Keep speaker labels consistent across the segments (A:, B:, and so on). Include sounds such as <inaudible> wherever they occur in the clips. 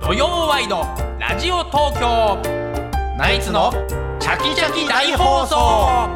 A: 土曜ワイドラジオ東京ナイツのチャキチャキ大放送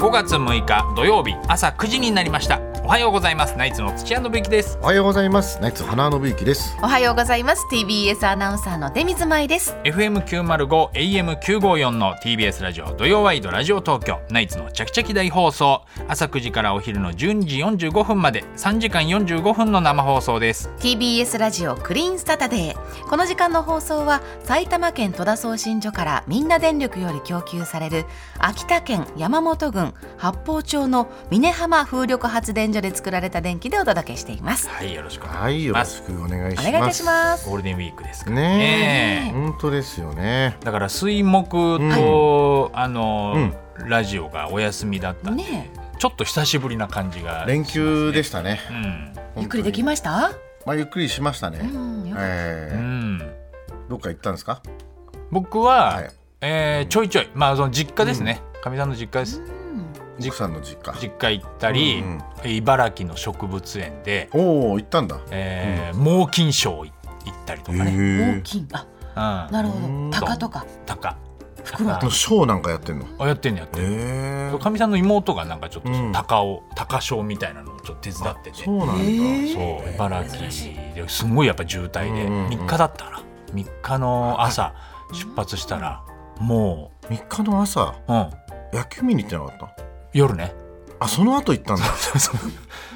A: 5月6日土曜日朝9時になりましたおはようございますナイツの土屋信之です
B: おはようございます。ナイツ花信之です。
C: おはようございます TBS アナウンサーの出水舞です
A: FM905 AM954 の TBS ラジオ土曜ワイドラジオ東京ナイツのチャキチャキ大放送朝9時からお昼の12時45分まで3時間45分の生放送です
C: TBS ラジオクリーンサタデーこの時間の放送は埼玉県戸田送信所からみんな電力より供給される秋田県山本郡八方町の峰浜風力発電所で作られた電気でお届けしています
A: はいよろしくお願いします
B: はい、よろしくお願いしま
C: お
B: す。
C: 願いいたします
A: ゴールデンウィークですからね
B: ねえ、本当ですよね。
A: だから水木と、あの、ラジオがお休みだったんで、
C: ね
A: ちょっと久しぶりな感じが、
B: 連休でしたね。
A: うん、
C: ゆっくりでき
B: ま。
C: ました
B: まあゆっくりしましたね。
C: うんよかった
A: う
B: え
A: ん、
B: えどっか行ったんですか。
A: 僕は、
B: はい
A: えーちょいちょいまあその実家ですねかみ、さんの実家です
B: 奥さんの実家。
A: 実家行ったり、
B: うん
A: 茨城の植物園で、
B: おお、行ったんだ。
A: えー猛禽賞行ったりとかね、
C: 大
B: え
C: きいあ
A: うん、
C: なるほ
B: うん
C: ど鷹とか
A: 鷹
C: 袋
B: え。のショーなんかやってんの。
A: あやってんのやってる
B: ええ
A: かみさんの妹がなんかちょっと
B: うん
A: 鷹を鷹賞みたいなのをちょっと手伝ってて
B: そうなんだ。
A: そう茨城ですごいやっぱ渋滞で
B: うんうんうん
A: 3日だったら3日の朝出発したらも
B: 三日の朝、
A: う、うん、
B: 野球見に行ってなかった。
A: 夜ね
B: あ、その後行ったんだ。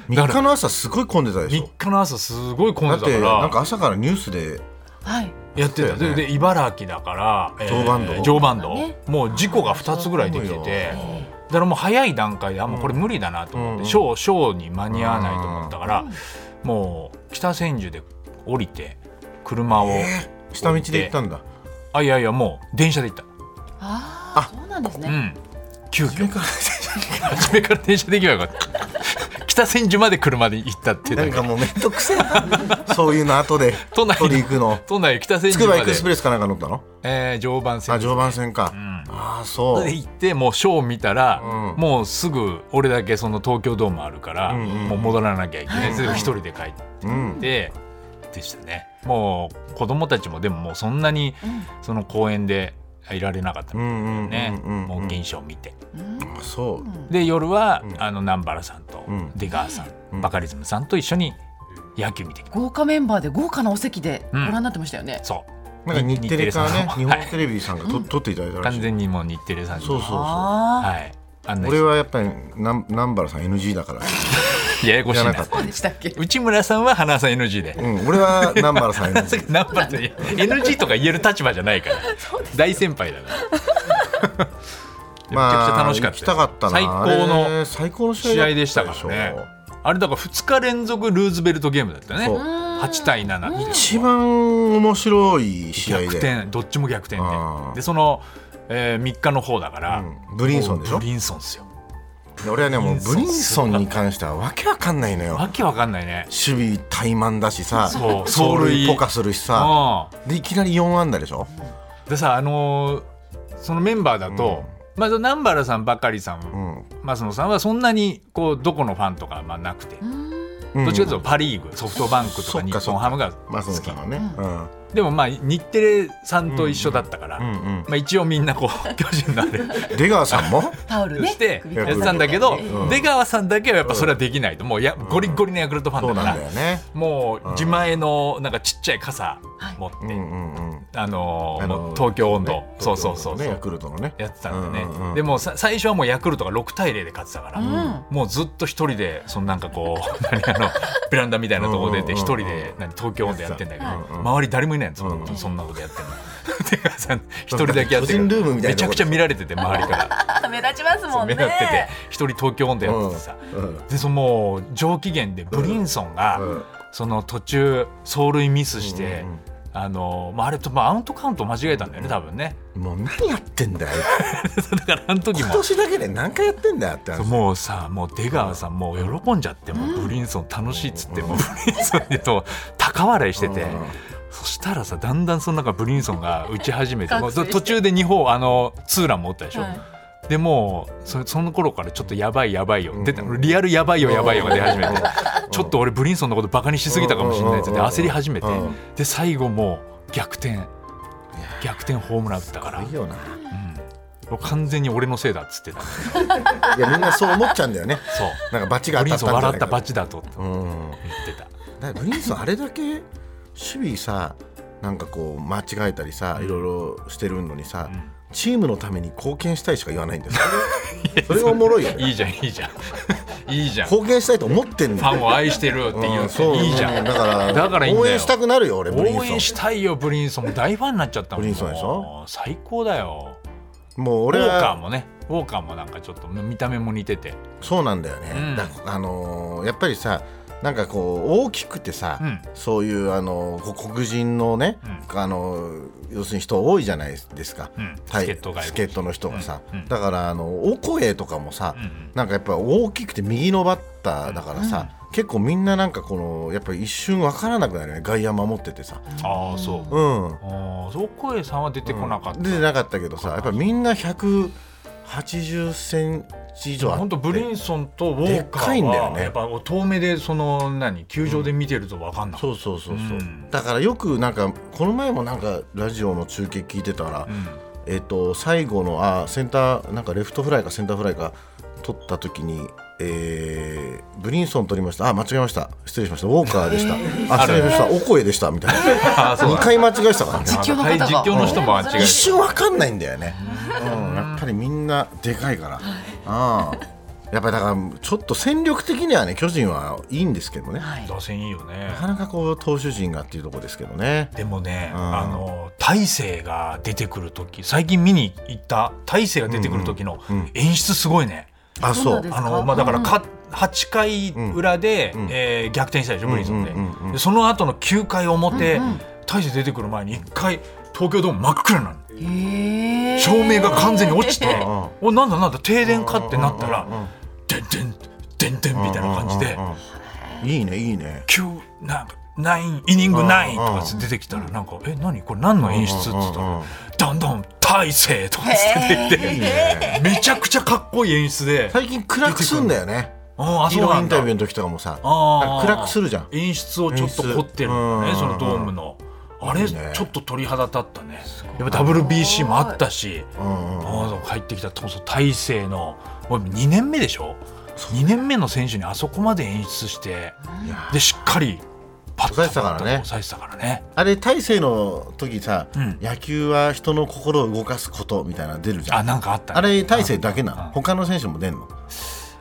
B: 三
A: だから
B: 日の朝すごい混んでたでし
A: 3
B: ょ。
A: 日の朝すごい混
B: だっ
A: んでたか
B: てなんから朝からニュースで
C: はい
A: やってた
B: そうだ
A: で
B: よね
A: で茨城だからえー
B: 常磐道
A: 常磐道
C: ね
A: もう事故が2つぐらいできて
B: そう
A: て
B: よ
A: だからもう早い段階であもうこれ無理だなと思っ
B: うんう
A: て
B: ん
A: ショーショーに間に合わないと思ったからもう北千住で降りて車を
B: 下道で行ったんだ。
A: あいやいやもう電車で行った。
C: あーそうなんです
A: う
C: ね
A: ん、急遽初めから電車で行けばよかった北千住まで車で行ったっていうだ
B: な
A: け
B: んかもうめんどくせ
A: <laughs>
B: えなそういうの後で
A: 都内
B: 取り行くの
A: 都内北千
B: つ
A: 住
B: くば
A: まで
B: エクスプレスかなんか乗ったの
A: えー常磐線
B: あ常磐線か、
A: ん
B: ああそう
A: で行ってもうショー見たら、
B: うん
A: もうすぐ俺だけその東京ドームあるから、
B: うんうん
A: もう戻らなきゃいけない、
C: はい
A: それで一人で帰って
B: うん
A: でしたねもう子供たちもでももうそんなにその公園でいられなかった
B: う
A: みたい
B: んうん
A: でね
B: うんうん
A: もう
B: うん
A: 現象を見て
C: うん
B: あそう
A: で夜は、
B: うん
A: あの南原さんと、
B: うん
A: 出川さん、
B: うん
A: バカリズムさんと一緒に野球見てきた、
C: 豪華メンバーで豪華なお席でご
A: うん
C: 覧になってましたよね
A: そう
B: なんか日テレからね
A: 日テレさん
B: 日
A: の
B: 本テレビさんがと、撮っていただいたらし
A: 完
B: い
A: 全にもう日テレさんに
B: そうそうそ
C: あ
A: はい案
B: う
A: 内して
B: 俺はやっぱりなん南原さん NG だから
A: ややこしい
B: やら
A: な
B: なかっ
C: あそうでしたっけ
A: 内村さんは花さん NG で
B: うん俺は南原さん
A: <laughs>
B: NG
A: 南原
B: <laughs>
A: さん NG とか言える立場じゃないから大先輩だ
B: <laughs>
A: からめちゃくちゃ楽しかったで
B: 行き
A: す
B: たかったな
A: 最高
B: あ
A: の
B: れ最高の試
A: 試
B: 合
A: 合でしたからねあれだから2日連続ルーズベルトゲームだったね
B: そう
A: 8対7
B: 一番面白い試合で
A: 逆転どっちも逆転で
B: あー
A: でその、え3日の方だから、
B: うんブリンソンでしょ
A: ブリンソンですよ
B: で俺はねもう
A: ブ
B: ブ
A: リ
B: リ
A: ン
B: ン
A: ソ
B: ソ
A: ン
B: ンに関してはわけわかんないのよ
A: わけわかんないね
B: 守備怠慢だしさ
A: そう
B: 走塁
A: 走塁
B: ポカするしさ
A: あ
B: でいきなり4安打でしょ
A: でさあのーそのメンバーだと、まあその南原さんばかりさん、
B: うん
A: 増野さんはそんなにこうどこのファンとかまあなくて、どっちかというとパ・リーグソフトバンクと
B: そ
A: か
B: っ
A: 日
B: かそっ
A: 本ハ
B: か
A: ムが
B: ま
A: 好
B: あその
A: き、
B: さんはね
A: でもまあ日テレさんと一緒だったから、
B: うんうん
A: まあ、一応みんなこう <laughs> 巨人なんで
B: うん出川さ
A: <laughs>
B: んも
C: タオルね
A: して
C: 首
A: や
C: から
A: ってたんだけど、
B: うん
A: 出川さんだけはやっぱそれはできないともうやゴリゴリのヤクルトファ
B: そ
A: ン
B: う
A: だか
B: な
A: ら
B: んだよね
A: もう自前のなんかちっちゃい傘持って、
B: うんうんうん
A: あのー
B: あの
A: もう東京温度、
B: ね
A: そうそうそうそう、
B: ねヤクルトのね
A: やってたんだよね、
B: うんうん
A: でもさ最初はもうヤクルトが6対0で勝ってたから、
C: ん
A: もうずっと一人でそのなんかこう
B: <laughs>
A: 何あのベランダみたいなとこ出て
B: うん
A: 一
B: うんうん
A: 人
B: うん
A: で何東京でやってんだけど、
B: やってたうんうん
A: 周り誰もいないのそ,、
B: うん
A: そんなことやってんの <laughs> 出川さん一人だけやってる
B: 個人ルームみたいな
A: めちゃくちゃ見られてて周りか
C: あ目立ちますも
A: ら
C: ん
A: 目
C: ね
A: 立ってて一人東京温度やっててさ、
B: うん
A: でそのもう上機嫌でブリンソンが、
B: うん
A: その途中走塁ミスして、
B: うんうん
A: あのまあ、あれと、まあ、アウントカウント間違えたんだよね多分ね <laughs>
B: もう何やってんだよ
A: だからあの時
B: 今
A: も
B: 年だけで何回やってんだよって話
A: もうさもう出川さんもう喜んじゃってもうブリンソン楽しいっつってもうブリンソンでと高笑いしてて
B: うん
A: そしたらさだんだんその中ブリンソンが打ち始めてもう
C: 覚醒して
A: 途中で2本あのツーランも打ったでしょ、
C: はい
A: でもうそその頃からちょっとやばいやばいよ出て
B: うん
A: リアルやばいよやばいよが出始めてちょっと俺ブリンソンのことバカにしすぎたかもしれないっつって
B: うんうんうんうん
A: 焦り始めて
B: うん
A: で最後もう逆転逆転ホームラン打ったから、
B: いいよな
A: もう完全に俺のせいだっつってた
B: いやみんなそう思っちゃうんだよね <laughs>
A: そう
B: なんかバチが
A: ブ
B: 当
A: リ
B: た
A: ン
B: っ
A: ソン
B: たんじゃ
A: 笑
B: な
A: っ
B: い
A: た
B: か
A: バ
B: と
A: チだとって
B: うんだか
A: 言ってた
B: らブリンソンあれだけ守備さなんかこう間違えたりさいろいろしてるのにさ、
A: ん
B: チームのために貢献したいしか言わな
A: <laughs>
B: いんですよそれがおもろいよね
A: いいじゃんいいじゃん <laughs> いいじゃんフ
B: 貢献したいと思ってんだ
A: ァンを愛してるって言うっていいじゃ
B: うんだから
A: だからいいんだよ
B: 応援したくなるよ俺ブリンソン
A: 応援したいよブリンソンもう大ファンになっちゃったもん
B: ブリンソンでしょ
A: もう最高だよ
B: もう
A: ウ
B: 俺
A: ォーカー
B: は
A: もねウォーカーもなんかちょっと見た目も似てて
B: そうなんだよね、
A: うん
B: だあのーやっぱりさなんかこう大きくてさ、
A: うん
B: そういうあのーこ黒人のね、あのー要するに人多いじゃないですか、
A: うん
B: はい
A: 助っ人がいる
B: 助っ人の人がさ、
A: うんうん
B: だからあのお声とかもさ、
A: うんうん
B: なんかやっぱ大きくて右のバッターだからさ、結構みんななんかこのやっぱり一瞬わからなくなるよね外野守っててさ、
A: ああそう
B: うん、
A: ああそこへさんは出てこなかった、
B: 出てなかったけどさやっぱみんな180センチ以上あって
A: 本当ブリンソンとウォーカ
B: でっかい
A: ー
B: んだよ
A: は
B: ね
A: やっぱ遠目でその何球場で見てると分かんなかった、
B: そうそうそうそう、
A: うん
B: だからよくなんかこの前もなんかラジオの中継聞いてたら、
A: うん
B: えっ、と最後のあセンターなんかレフトフライかセンターフライか取った時に、えーブリンソン取りましたあ間違えました失礼しましたウォーカーでした、あ失礼しましたお声でしたみたいな
A: ああそう
B: 2回間違えしたからね
C: 実況の方が
A: はい実況の人も間違え
B: 一
A: て
B: 瞬わかんないんだよね、うん、やっぱりみんなでかいから、ああやっぱりだからちょっと戦力的にはね巨人はいいんですけどね、
C: はい
A: 打線いいよね
B: なかなかこう投手陣がっていうところですけどね
A: でもね、
B: うん
A: あの大勢が出てくる時最近見に行った大勢が出てくる時の
B: うんうん
A: 演出すごいね、
B: あ
C: そ
B: そ
C: うなんで
B: う
C: す
A: あのまあ、だから
C: うん
A: か8回裏で、
B: ん
A: えー逆転したでしょブリンソンで,、
B: うんうんうんうん
A: でその後の9回表、
C: うんうん
A: 大勢出てくる前に1回東京ドーム真っ暗なの
C: へー
A: 照明が完全に落ちて
B: んうん
A: 「おなんだなんだ停電か?」ってなったら
B: うんうんうん
A: 「でんでんでんでん」みたいな感じで
B: うんうんうんうんいいねいいね
A: 急なんか「ナインイニングナイン」と
B: うんう
A: か
B: ん
A: 出てきたらなんか「え何これ何の演出?」っつった
B: うんうんう
A: ら
B: ん
A: 「だんだん大勢」とか出てき
B: い
A: て
B: いね
A: <laughs> めちゃくちゃかっこいい演出で
B: 最近暗くすんだよね
A: ああ
B: ヒ
A: そう
B: ロ
A: な
B: イン
A: ん
B: タ
A: だ
B: ビューの時とかもさ
A: あー
B: 暗くするじゃん
A: 演出をちょっと凝ってるんだ
B: 演
A: ね
B: 出
A: そのドームのあ
B: い
A: れ
B: い
A: ち
B: ね
A: ょっと鳥肌立ったねやっぱ WBC もあったし
B: うんうん
A: ああ入ってきたそうそう大勢のもう2年目でしょ2年目の選手にあそこまで演出して
B: いや
A: でしっかりパッと
B: 抑えてたからね
A: 抑えてたからね
B: あれ大勢の時さ
A: うん
B: 野球は人の心を動かすことみたいなの出るじゃ
A: あ
B: ん
A: なんかあったね
B: あれ大勢だけな
A: う
B: の
A: ん
B: 他の選手も出んの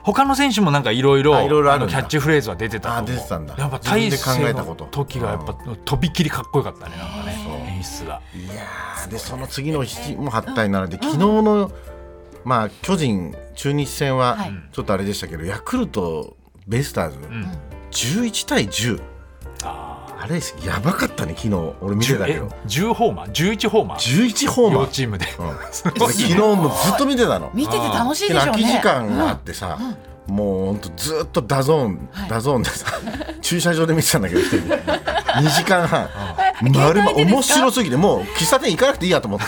A: 他の選手もなんかいろいろ
B: あ色々あるんだ
A: キャッチフレーズは出てたと思う
B: あ出てたんだ
A: やっぱ大
B: 自分で考
A: 勢
B: えた
A: の
B: こと
A: 時がやっぱとびっきりかっこよかったねなんかね演出が
B: いやーでその次の日も8対7で昨日の、まあ、巨人、中日戦は
C: はい
B: ちょっとあれでしたけど、ヤクルト、ベイスターズ、
A: ん
B: 11対10
A: あ
B: あれやばかったね、昨日俺見てたけど
A: 10ホーマー11ホーマー
B: 11ホーマ
A: 両
B: ー、
A: チームです
B: 俺
A: ごい
B: 昨日もずっと見てたの。
C: 見てて楽しいでしょうね
B: 空き時間があってさ、もうほんとずっとダゾーン、
C: はい
B: ダゾーンでさ駐車場で見てたんだけど一人
C: <laughs>
B: で2時間半
C: 携帯で
B: 丸
C: で
B: ま
C: すか
B: 面白すぎてもう喫茶店行かなくていいやと思って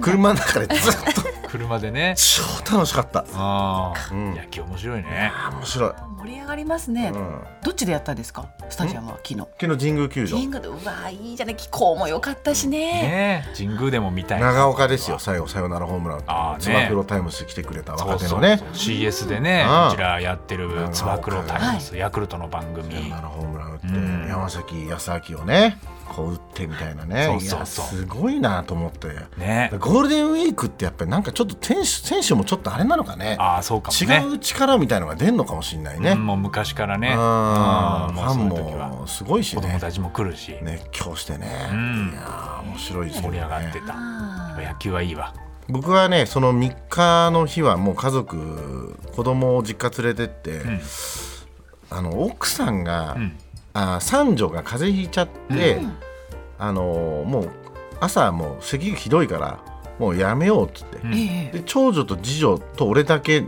B: 車の中でずっと
A: <laughs> 車でね
B: 超楽しかった
A: ああ
B: うん
A: 野球面白いね
B: あ面白い、
C: 盛り上がりますね、
B: うん、
C: どっちでやったんですかスタジアムは昨日
B: 昨日神宮球場
C: リングでうわーいいじゃない気候も良かったしね
A: ねえ神宮でも見たい
B: 長岡ですよ最後サヨナラホームラ
A: あーね
B: ンつば九郎タイムス来てくれた
A: そう
B: 若手
A: そ
B: の
A: う
B: ね
A: そう CS でね
B: うん
A: こちらやってるつば九郎タイムズヤクルトの番組
B: サヨナラホームラン打って、
A: うん
B: 山崎康明をねこう打ってみたいなね
A: そうそうそう
B: いやすごいなと思って、
A: ね
B: <laughs> ゴールデンウィークってやっぱりなんかちょっと選手選手もちょっとあれなのかね
A: ああそうかもね
B: 違う力みたいのが出んのかもしれないね、
A: う
B: うん
A: もう昔からね
B: んフ
A: うん
B: ァン
A: うそういう時は
B: もすごいし
A: 子供
B: ね
A: たちも来るし
B: 熱狂してね、
A: ん
B: いやー面白いですけど
A: 盛り
B: ね
A: 上がってた
C: あー
A: 野球はいいわ
B: 僕はねその3日の日はもう家族子供を実家連れてって、
A: ん
B: あの奥さんが、
A: うん
B: あ三女が風邪ひいちゃって、
C: うん
B: あのーもう朝もう咳ひどいからもうやめようっつって、
A: うん
C: ええ
B: で長女と次女と俺だけ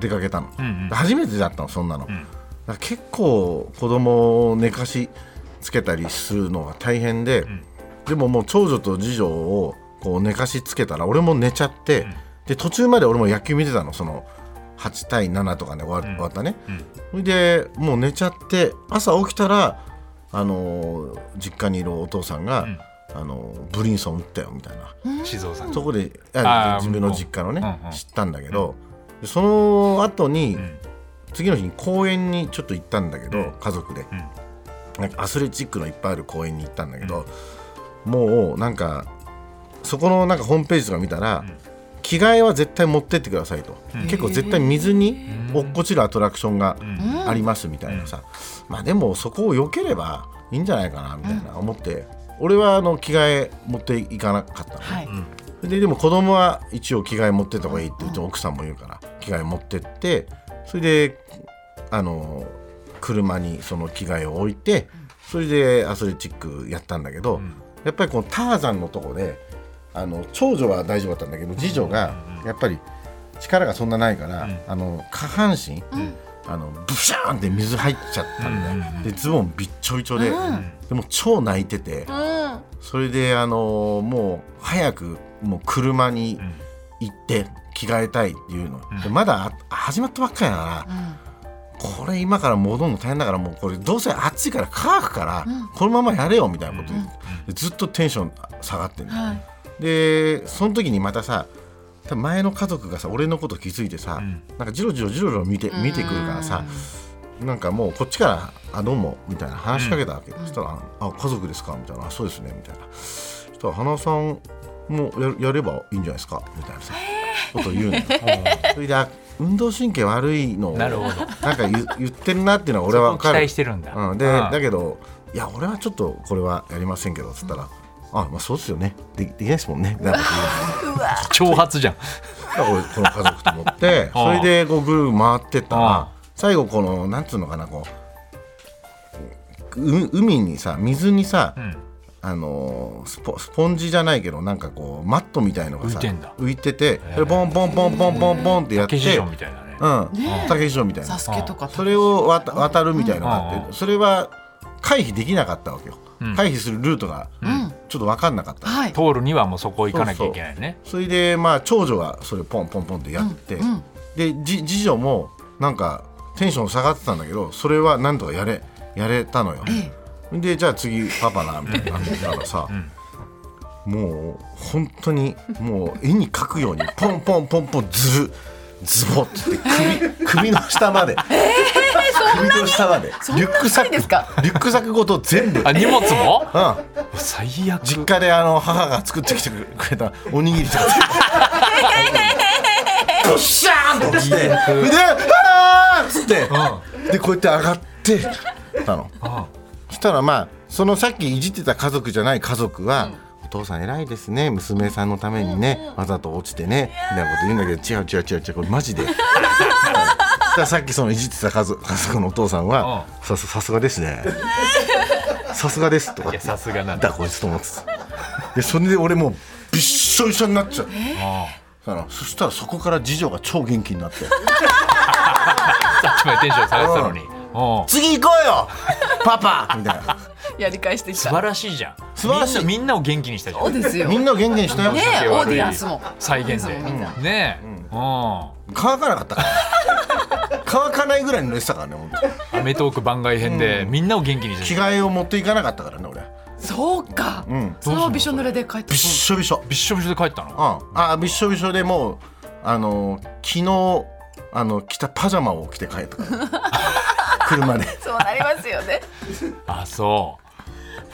B: 出かけたの、
A: うんうん
B: 初めてだったのそんなの、
A: ん
B: だから結構子供を寝かしつけたりするのが大変で、でももう長女と次女をこう寝かしつけたら俺も寝ちゃって、で途中まで俺も野球見てたのその8対7とかね終わ
A: うん
B: 終わったね、
A: うん
B: それでもう寝ちゃって朝起きたらあのー実家にいるお父さんが、
A: うん
B: あのーブリンソン打ったよみたいな、
A: 静岡さん
B: そこで
A: あ
B: あ
A: ー
B: 自分の実家のね、
A: うんうん
B: 知ったんだけど、でその後に、
A: ん
B: 次の日に公園にちょっと行ったんだけど、
A: うん
B: 家族で、
A: うん
B: なんかアスレチックのいっぱいある公園に行ったんだけど、もうなんかそこのなんかホームページとか見たら、
A: うん
B: 着替えは絶対持ってってくださいと、
A: うん
B: 結構絶対水に
A: うん
B: 落っこちるアトラクションが
A: う
C: うんん
B: ありますみたいなさ、まあでもそこを避ければいいんじゃないかなみたいな思って、俺はあの着替え持っていかなかったの、ね
C: はい
A: うん
B: ででも子供は一応着替え持ってった方がいいってうちの奥さんも言うから着替え持ってってそれであの車にその着替えを置いてそれでアスレチックやったんだけど、
A: ん
B: やっぱりこのターザンのとこであの長女は大丈夫だったんだけど次女がやっぱり力がそんなないから、
A: うん
B: あの下半身、あのブシャーンって水入っちゃったんだよ、でズボンびっちょびちょで、
C: うん
B: でも超泣いてて。
C: うん
B: それであのーもう早くもう車に
A: ん
B: 行って着替えたいっていうの、
A: ん
B: でまだあ始まったばっかりだから、これ今から戻るの大変だからもうこれどうせ暑いから乾くから、
C: うん
B: このままやれよみたいなこと言って、でずっとテンション下がってんだよ、
C: はい
B: でその時にまたさ多分前の家族がさ俺のこと気づいてさ、
A: うん
B: なんかジロジロジロジロ見て見てくるからさ、なんかもうこっちから「あどうも」みたいな話しかけたわけ、そしたら「あ家族ですか?」みたいなあ「そうですね」みたいなそしたら「花さんもややればいいんじゃないですか?」みたいなさことを言
A: <laughs>
B: うのよそれであ運動神経悪いのを
A: なるほど
B: なんか言言ってるなっていうのは
A: 俺
B: 俺は
A: は
B: 分
A: 期
B: かる
A: 待してるんだ
B: うん、で
A: ああ
B: だけど「いや俺はちょっとこれはやりませんけど」っつったら「あまあそうですよねできできないですもんね」みたいなこと言うの
A: 挑発じゃん
B: だからこの家族と思って
A: <laughs>
B: それでこうぐるぐる回ってった
A: ああ
B: ら最後このなんつうのかなこうう海にさ水にさ、
A: うん
B: あのースポスポンジじゃないけどなんかこうマットみたいのが
A: 浮い
B: さ
A: てんだ
B: ててそれボンボンボンボンボンボンってやって
A: ケジションみたいなね
B: うん
C: ねえ
B: 竹城みたいな
C: サスケとか
B: それを渡渡るみたいのがあっ
A: う
B: て
A: ん
B: それは回避できなかったわけよ、
A: うん
B: 回避するルートが
C: ん
B: ちょっと分かんなかった、
C: はい
A: 通るにはもうそこ行かなきゃいけないね
B: それでまあ長女がそれポンポンポンってやって、
C: うん
B: でじ次女もなんかテンション下がってたんだけどそれはなんとかやれやれたのよ、
C: え
B: でじゃあ次パパなみたいになってたらさ、もう本当にもう絵に描くようにポンポンポンポンズルズボって首首の下まで、首の下まで
C: んな
B: リュックサッ
C: 重いんですか
B: クリュックサックごと全部、うん
A: あ、荷物
B: <laughs>
A: も最悪
B: 実家であの母が作ってきてくれたおにぎりとかドッシャーンと落ちてで「あーっつってでこうやって上がってたのそしたらまあそのさっきいじってた家族じゃない家族は「お父さん偉いですね娘さんのためにねわざと落ちてね」みたいなこと言うんだけど違う違う違う違うこれマジで。 <laughs> うんそしたらさっきそのいじってた家族家族のお父さんは「さすさすがです <laughs> ね」「さすがです」とかっ
A: い
B: て
A: やさすがな
B: なんん
A: だ
B: だこいつと思ってたでそれで俺もうびっしょびしょになっちゃう
A: あ
B: あのそしたらそこから次女が超元気になって
A: あさっきまでテンション下がってたのに
B: 「
A: うん
B: 次行こうよパパ!」みたいな
C: やり返してき
A: 素
C: た
A: 晴らしいじゃん
B: 素晴らし
A: みんな
B: い
A: みんなを元気にしたじゃ
C: そうんですよ
B: みんなを元気にしたよ
C: ねえオーディエンスも
A: 再現で
C: オーディエンスもみんな
A: ねえう
B: 乾かなかったから乾かないぐらい濡れてたからね本当に
A: んアメトーク番外編でみんなを元気にし
B: 着
A: た
B: 替えを持っていかなかったからね俺
C: そうか
B: ん
C: そのびしょ濡れで帰って
B: びっしょびしょ
A: びっしょびしょで帰った
B: う
A: の
B: んあびっしょびしょでもうあの昨日あの着たパジャマを着て帰ったから
A: <laughs>
B: 車で
C: そうなりますよね
A: あそう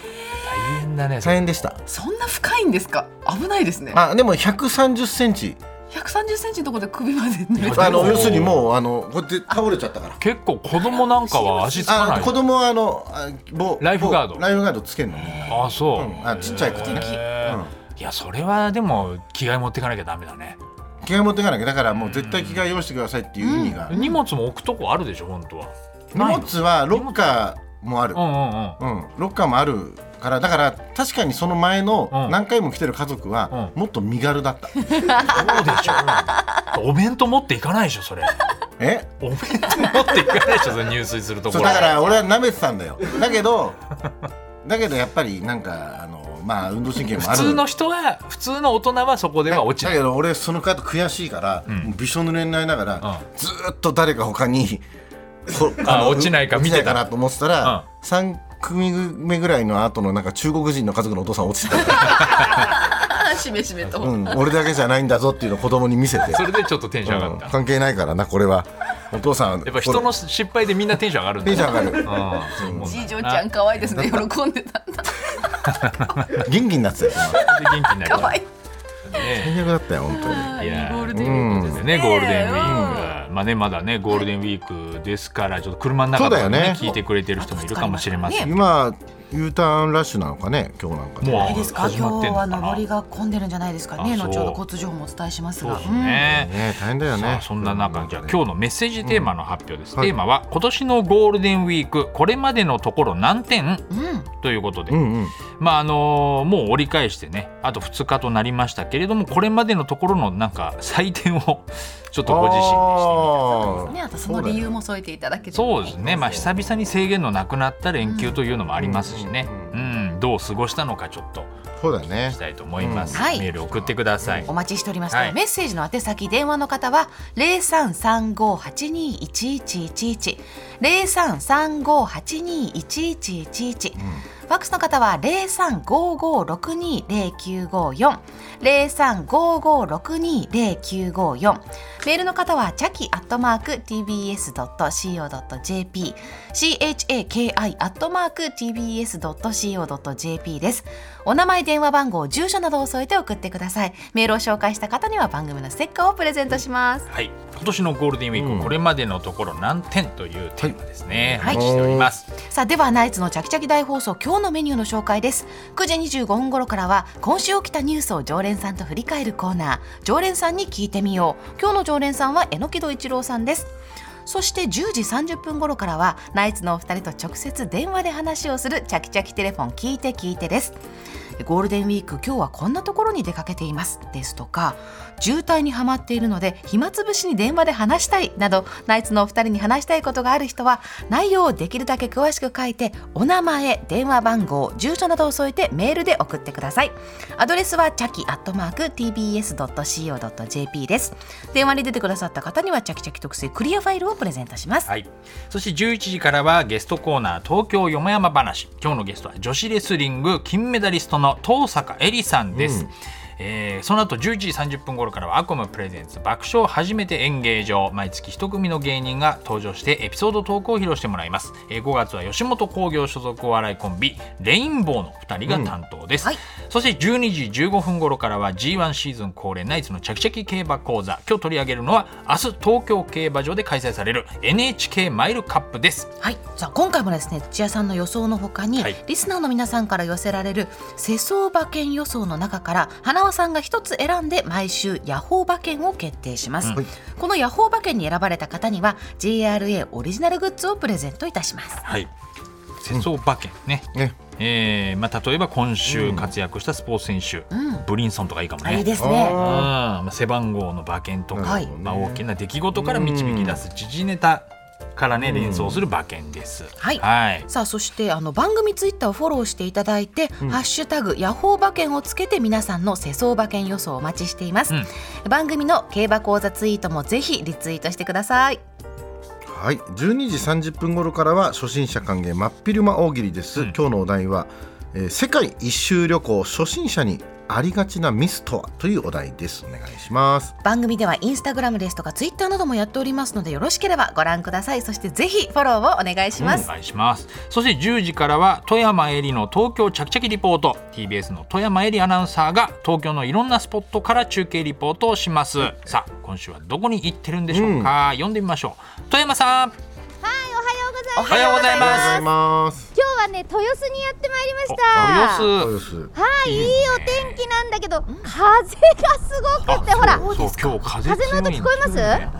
A: 大変だねそ
B: 大
A: れ
B: 変でした
C: そんな深いんですか危ないですね
B: あでも1 3 0ンチ
C: 130センチのところで首まで濡れ
A: あ
B: あ
C: た
A: で
B: の
A: も
B: 要するにもうあのこうやって倒れちゃったから
A: 結構子供なんかは足つか
B: あ
A: ない
B: 子供はあのあぼ
A: ライフガード
B: ぼライフガードつけるのみんな
A: あそう
B: うんあちっちゃい子ね
A: へえいやそれはでも着替え持ってかなきゃダメだね
B: 着替え持っていかなきゃだからもう絶対着替え用意してくださいっていう意味が、
A: 荷物も置くとこあるでしょ本当は
B: 荷物はロッカーもある
A: う、んうんうん
B: うんロッカーもあるからだから確かにその前
A: う
B: の
A: ん
B: 何回も来てる家族は
A: う
B: もっと身軽だった、
A: そうでしょ。
B: <laughs>
A: お弁当持っていかないでしょ、それ。
B: え
A: お弁当持っていかないでしょ、それ入水するとこ
B: そう
A: ろ。
B: だから俺は舐めてたんだよだけどだけどやっぱりなんかあのまあ運動神経もあ
A: 普
B: る
A: 通の人は普通の大人はそこでは落ち
B: だ
A: ない
B: けど俺その後悔しいから、もうびしょ濡れになりながら、ずーっと誰か他に <laughs> こ
A: あ落ちないか見てた
B: 落ちなと思ってたら、三組目ぐらいの後のなんか中国人の家族のお父さん落ちてた、
A: <laughs>
C: あーしめしめと、
B: うん、俺だけじゃないんだぞっていうのを子供に見せて、
A: それでちょっとテンション上が
B: うん
A: った、
B: 関係ないからなこれはお父さんや
A: やっぱ人の失敗でみんなテンション上がるんだ
B: テンション上がる
A: うん
C: じいちょちゃん可愛いです
A: <laughs>
C: ね喜んでたんだ
B: 元気になってたよ
A: で元気になる
C: 可愛い
A: ね
B: 最悪だったよ本当に
A: いやー
C: ゴールデンウィークですね
A: ね、ゴールデンウィーク
C: うん
A: が、まあね、まだね、ゴールデンウィークですから、ちょっと車の中とかで、
B: そうだ
A: ね
B: よね
A: 聞いてくれてる人もいるかもしれません。
C: ね
B: 今 U ターンラッシュなのかね今日なんかね
A: もう
C: いいですか
A: 始ま
C: 今
A: って
C: 日
A: んのか
C: は
A: な
C: 上りが混んでるんじゃないですかね
A: あそう
C: 後ほど交通情報もお伝えします
A: そう
C: が
A: ですね。
B: ね大変だよ
A: さ
B: ね
A: あそんな中、じゃあ
B: ね
A: 今日のメッセージテーマの発表です。
B: はい
A: テーマは今年のゴールデンウィークこれまでのところ何点
C: うん、うん
A: ということで、
B: うんうん
A: まああのーもう折り返してね、あと2日となりましたけれども、これまでのところのなんか採点を <laughs> ちょっとご自身にしてみて。
B: あー
C: ね、あとその理由も添えていただけて
A: そうですね、まあ、久々に制限のなくなった連休というのもありますしね、う
B: うん
A: どう過ごしたのかちょっと
B: そうだよね
A: したいと思います、
C: うんはい
A: メール送ってください、
C: お待ちしておりました、
A: はい
C: メッセージの宛先電話の方は0335821111 0335821111、ファックスの方は0355620954 0355620954メールの方はチャキアットマーク tbs.co.jp chaki アットマーク tbs.co.jp ですお名前電話番号住所などを添えて送ってくださいメールを紹介した方には番組のステッカーをプレゼントします
A: はい、今年のゴールデンウィーク、
B: うん
A: これまでのところ何点というテーマですね、
C: はい
A: お待ちしております、
C: さあではナイツのチャキチャキ大放送今日のメニューの紹介です9時25分頃からは今週起きたニュースを常連さんと振り返るコーナー常連さんに聞いてみよう今日の常連さんは榎木戸一郎さんですそして10時30分頃からはナイツのお二人と直接電話で話をするチャキチャキテレフォン聞いて聞いてですゴールデンウィーク今日はこんなところに出かけていますですとか渋滞にはまっているので暇つぶしに電話で話したいなどナイツのお二人に話したいことがある人は内容をできるだけ詳しく書いてお名前電話番号住所などを添えてメールで送ってくださいアドレスはチャキアットマーク tbs.co.jp です電話に出てくださった方にはチャキチャキ特製クリアファイルをプレゼントします
A: はい、そして11時からはゲストコーナー東京よもやま話今日のゲストは女子レスリング金メダリストの東坂恵里さんです、えーその後11時30分頃からはアコムプレゼンツ爆笑初めて演芸場毎月一組の芸人が登場してエピソードトークを披露してもらいます、えー5月は吉本興業所属お笑いコンビレインボーの2人が担当です、
C: はい
A: そして12時15分頃からは G1 シーズン恒例ナイツのチャキチャキ競馬講座今日取り上げるのは明日東京競馬場で開催される NHK マイルカップです
C: はい、さあ今回もですね土屋さんの予想のほかに、
A: はい
C: リスナーの皆さんから寄せられる世相馬券予想の中から花輪さんが一つ選んで毎週ヤホー馬券を決定します、
B: はい
C: このヤホー馬券に選ばれた方には JRA オリジナルグッズをプレゼントいたします
A: はい世相馬券ね、
B: ね
A: えーまあ、例えば今週活躍したスポーツ選手、ブリンソンとかいいかも
C: あ
A: ね
C: いいです
B: あ
C: ね
B: ー
A: あーまあ、背番号の馬券とか、
C: はい
A: まあ、大きな出来事から導き出す時事ネタからね、連想する馬券です。
C: はい
A: はい
C: さあそしてあの番組ツイッターをフォローしていただいて、ハッシュタグヤホー馬券をつけて皆さんの世相馬券予想をお待ちしています、
A: うん
C: 番組の競馬講座ツイートもぜひリツイートしてください
B: はい、12時30分頃からは初心者歓迎真っ昼間大喜利です、今日のお題は、えー世界一周旅行初心者にありがちなミスとはというお題ですお願いします
C: 番組ではインスタグラムですとかツイッターなどもやっておりますのでよろしければご覧くださいそしてぜひフォローをお願いしま
A: お
D: <laughs>
C: す、
A: 願いしますそして10時からは富山えりの東京ちゃきちゃきリポート TBS の富山えりアナウンサーが東京のいろんなスポットから中継リポートをしますさあ今週はどこに行ってるんでしょうか、読んでみましょう富山さん
D: はい、おはようござい
A: お
D: ます。
A: はようござい
B: おは
A: ま
B: ようございます
D: 今日はね、豊洲にやってまいりました。
A: すお
B: そう
A: 豊洲
B: です
D: はい、いいお天気なんだけど、風がすごくって、ほら。
A: そうそう今日風
D: 風の
A: 強いん
D: 音
A: だ
D: 聞こえます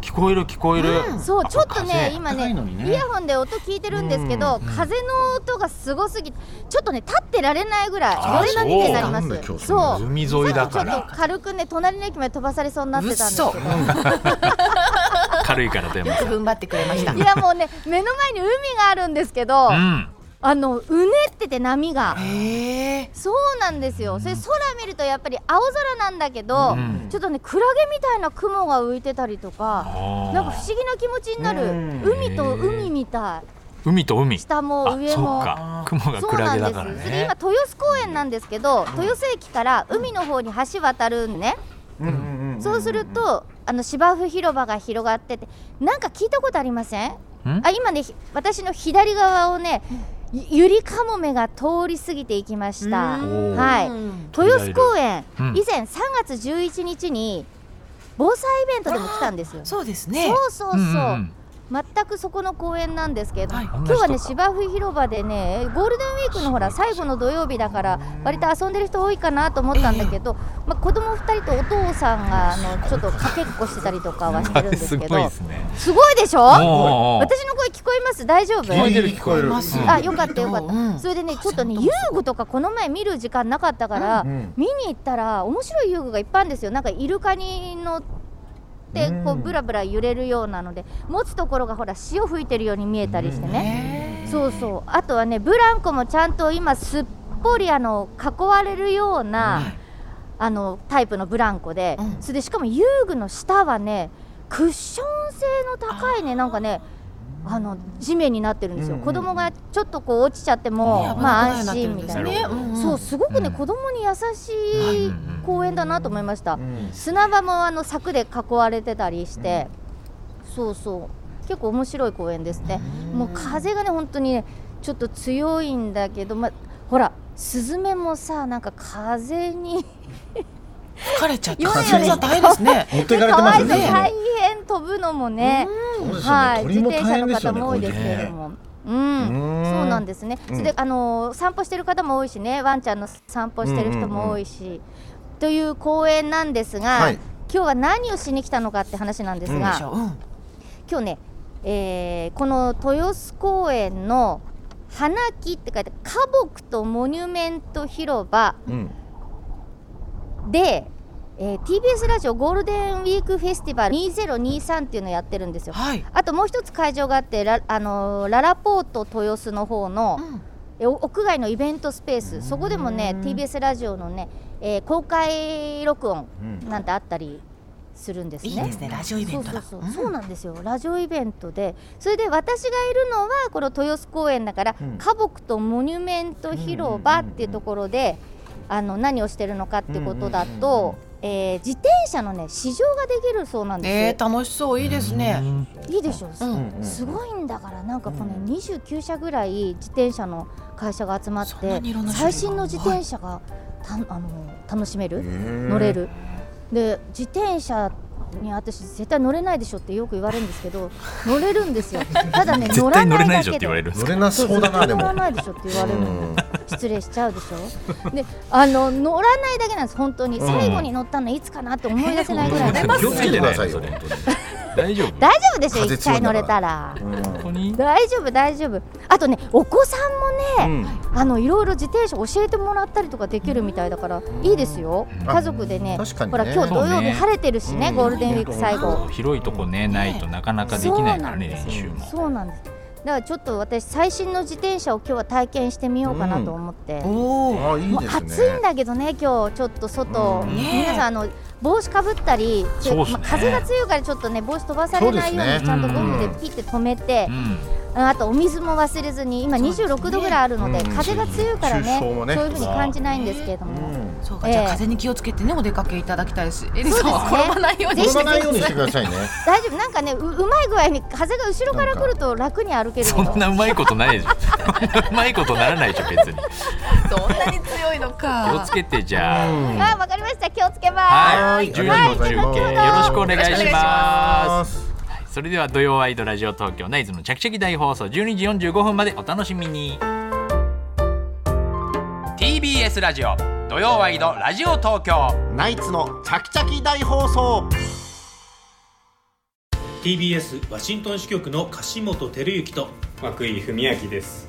A: 聞こえる聞こえる、
D: そう、ちょっと
A: 風
D: ね、今ね、
B: 高いのにね
D: イヤホンで音聞いてるんですけど、風の音がすごすぎて、ちょっとね、立ってられないぐらい、
A: あ
D: それなりになりま
B: そうなんだ今
D: す。
B: 日
D: そう。
A: 海沿いだか
D: さっきちょっ
A: ら
D: と軽くね、隣の駅まで飛ばされそうになってたんですけど。
A: 軽いから富山さん
C: 踏ん張ってくれました
D: いや、もうね、目の前に海があるんですけど、
A: うん
D: ああのうねってて波が
C: へえ
D: そうなんですよそれ空見るとやっぱり青空なんだけ
A: う
D: ど、
A: ん
D: ちょっとねクラゲみたいな雲が浮いてたりとかなんか不思議な気持ちになる
B: うん
D: 海と海みたい
A: 海と海
D: 下も
A: あ
D: 上
A: そう
D: も
A: か雲が
D: そう
A: クラ
D: な
A: ゲ
D: んで
A: だ
D: す
A: から
D: それ今
A: ね
D: 豊洲公園なんですけど豊洲駅から海の方に橋渡るんね
B: うんうんうん
D: そうするとあの芝生広場が広がっててなんか聞いたことありません
A: ん
D: あ今ねひ私の左側をねゆゆりかもめが通り過ぎていきました
A: おー
D: はい豊洲公園、
A: うん
D: 以前3月11日に防災イベントでも来たんですよそう
C: そうですね
D: そうそう、
A: うんうんうん
D: 全くそこの公園なんですけど、
C: はい
D: 今日
A: 同じ
D: は
A: 人
D: ね
A: か
D: 芝生広場でねゴールデンウィークのほら最後の土曜日だから割と遊んでる人多いかなと思ったんだけど、まあ、子供2人とお父さんがあのちょっとかけっこしてたりとかはしてるんですすけ
A: ごい
D: ど
A: ですね
D: すごいでしょ
A: おー
D: 私の声聞こえます大丈夫
A: 聞こえてる聞こえる
B: 聞こ
C: ます
D: あよかったよかった、
C: うん
D: それでねちょっと
C: 風
D: ね
C: も
D: 遊具とかこの前見る時間なかったから、
B: うんうん
D: 見に行ったら面白い遊具がいっぱいあるんですよなんかイルカに乗ってこうブラブラ揺れるようなので持つところがほら潮吹いてるように見えたりしてね、
C: ね
D: そうそうあとはねブランコもちゃんと今すっぽりあの囲われるような、あのタイプのブランコで、
C: うん
D: それでしかも遊具の下はねクッション性の高いねなんかねあの地面になってるんですよ、
B: うんうん
D: 子供がちょっとこう落ちちゃっても、
A: うん
D: まあ安心みたいな
A: 危なくなるようになってるんですね
D: そうすごくね、
A: うん
D: 子供に優しい公園だなと思いました、
B: うん
D: 砂場もあの柵で囲われてたりして、そうそう結構面白い公園ですね、もう風がね本当にねちょっと強いんだけど、ま、ほらスズメもさなんか風に
C: 疲れちゃった
D: よねよね
C: それじゃ大変です
D: <laughs>
C: ね
B: 持っていかれて
D: か
B: ま
D: わ
B: すよ
D: いそう
C: ね
D: <laughs>
B: ね。
D: 大変飛ぶのもね、
B: そうですよね
D: はい、
B: 鳥
D: 自
B: も
D: 転
B: 大
D: 車
B: 変
D: の
B: です
D: 方
B: よね
D: も多いですけれども。うん
B: うーん
D: そうなんですね、
B: うん
D: それであのー散歩してる方も多いしねワンちゃんの散歩してる人も多いし、という公園なんですが、
B: はい
D: 今日は何をしに来たのかって話なんです
B: うん
D: が、
C: でしょうん
D: 今日ね、えーこの豊洲公園の花木って書いて花木とモニュメント広場
B: うん
D: で、えー TBS ラジオゴールデンウィークフェスティバル2023っていうのをやってるんですよ。
C: はい
D: あともう一つ会場があってラ,、あのーララポート豊洲の方の、え屋外のイベントスペースそこでもね TBS ラジオのね、えー公開録音
B: うん
D: なんてあったりするんですね。
C: いいですねラジオイベントだ
D: そうそうそう,、そうなんですよラジオイベントでそれで私がいるのはこの豊洲公園だから、
B: うん
D: 花木とモニュメント広場っていうところで、あの何をしてるのかってことだと、えー自転車のね試乗ができるそうなんですよ。
C: えー楽しそういいですね
D: いいでしょ、
C: うん
B: うん
D: すごいんだからなんかこの29社ぐらい自転車の会社が集まっ
C: そんな
D: て
C: にいろんな種類が
D: 最新の自転車がたあの楽しめる、
B: ー
D: 乗れるで自転車に私絶対乗れないでしょってよく言われるんですけど乗れるんですよただね
A: 絶
D: ら
A: 対乗れないでしょっ
D: だけ
A: て言われるんです
B: 乗
A: か
B: れな
D: そう
B: そうだなで
D: 乗ら
B: も。
D: ないでしょって言われるの
B: うん
D: 失礼しちゃうでしょであの乗らないだけなんです本当に
B: うん
D: 最後に乗ったのいつかなって思い出せないぐらい、
C: 乗れます
A: 気をつけてないの
B: 乗
A: そ
B: れ
A: れ
B: ますよ
A: 大丈夫
D: 大丈夫でしょ
B: 風
D: 一
B: 強い
D: 回
B: んだ
D: 乗
B: から
D: れたら。
A: 本当に
D: 大丈夫大丈夫あとねお子さんもね
B: うんうん
D: あのいろいろ自転車教えてもらったりとかできるみたいだからいいですよ
A: ん
D: 家族でね
B: 確かにね
D: ほら今日土曜日晴れてるしね
B: そうね
D: ゴールデンウィーク最後
A: 広いとこねないとなかなかでき
D: そう
A: な
D: ない
A: から
D: ん
A: ね
D: で
A: 練
D: す
A: 習
D: よ
A: も
D: そうなんですだからちょっと私最新の自転車を今日は体験してみようかなと思って、
C: おお
B: あーいい
D: も
B: で
D: う
B: すね。
D: 暑いんだけどね今日ちょっと外、
B: うん
C: ねえ
D: 皆さんあの帽子かぶったり、で
A: そうっすね
D: まあ風が強いからちょっとね帽子飛ばされないよ
B: そう
D: うに
B: ですね
D: ちゃんとゴムでピッて止めて、
A: うん
D: あとお水も忘れずに今26度ぐらいあるので
B: うん
D: 風が強いからね
B: 中小も
D: そう
B: ね
D: いう風に感じないんですけれど
B: う
D: も。
B: ん
C: そうかじゃあ
D: ええ
C: 風に気をつけてねお出かけいただきたいしエリさんは
D: そうですね
C: 転ばないように
B: 転
C: して
B: ば
C: くだ
B: ない
C: さ
D: <laughs>
B: ようにして
C: <laughs> い
B: くださいね。
D: 大丈夫なんかねううまい具合に風が後ろから来ると楽に歩けるけ
A: そ
D: ど
A: んなうまいことないでしょ <laughs> うまいことならないでしょ別に
C: どんなに強いの
A: 気を
C: か
A: つけてじゃあ
D: あわかりました気をつけます
A: はい、
B: はい
A: 十時の中継よろしくお願い
C: よろしくお願い
A: しま。
C: します
A: それでは土曜ワイドラジオ東京ナイズのチャキチャキ大放送12時45分までお楽しみに。TBS ラジオ土曜ワイドラジオ東京。
B: ナイツのチャキチャキ大放送。
E: TBS ワシントン支局の樫本照之と
F: 涌井文明です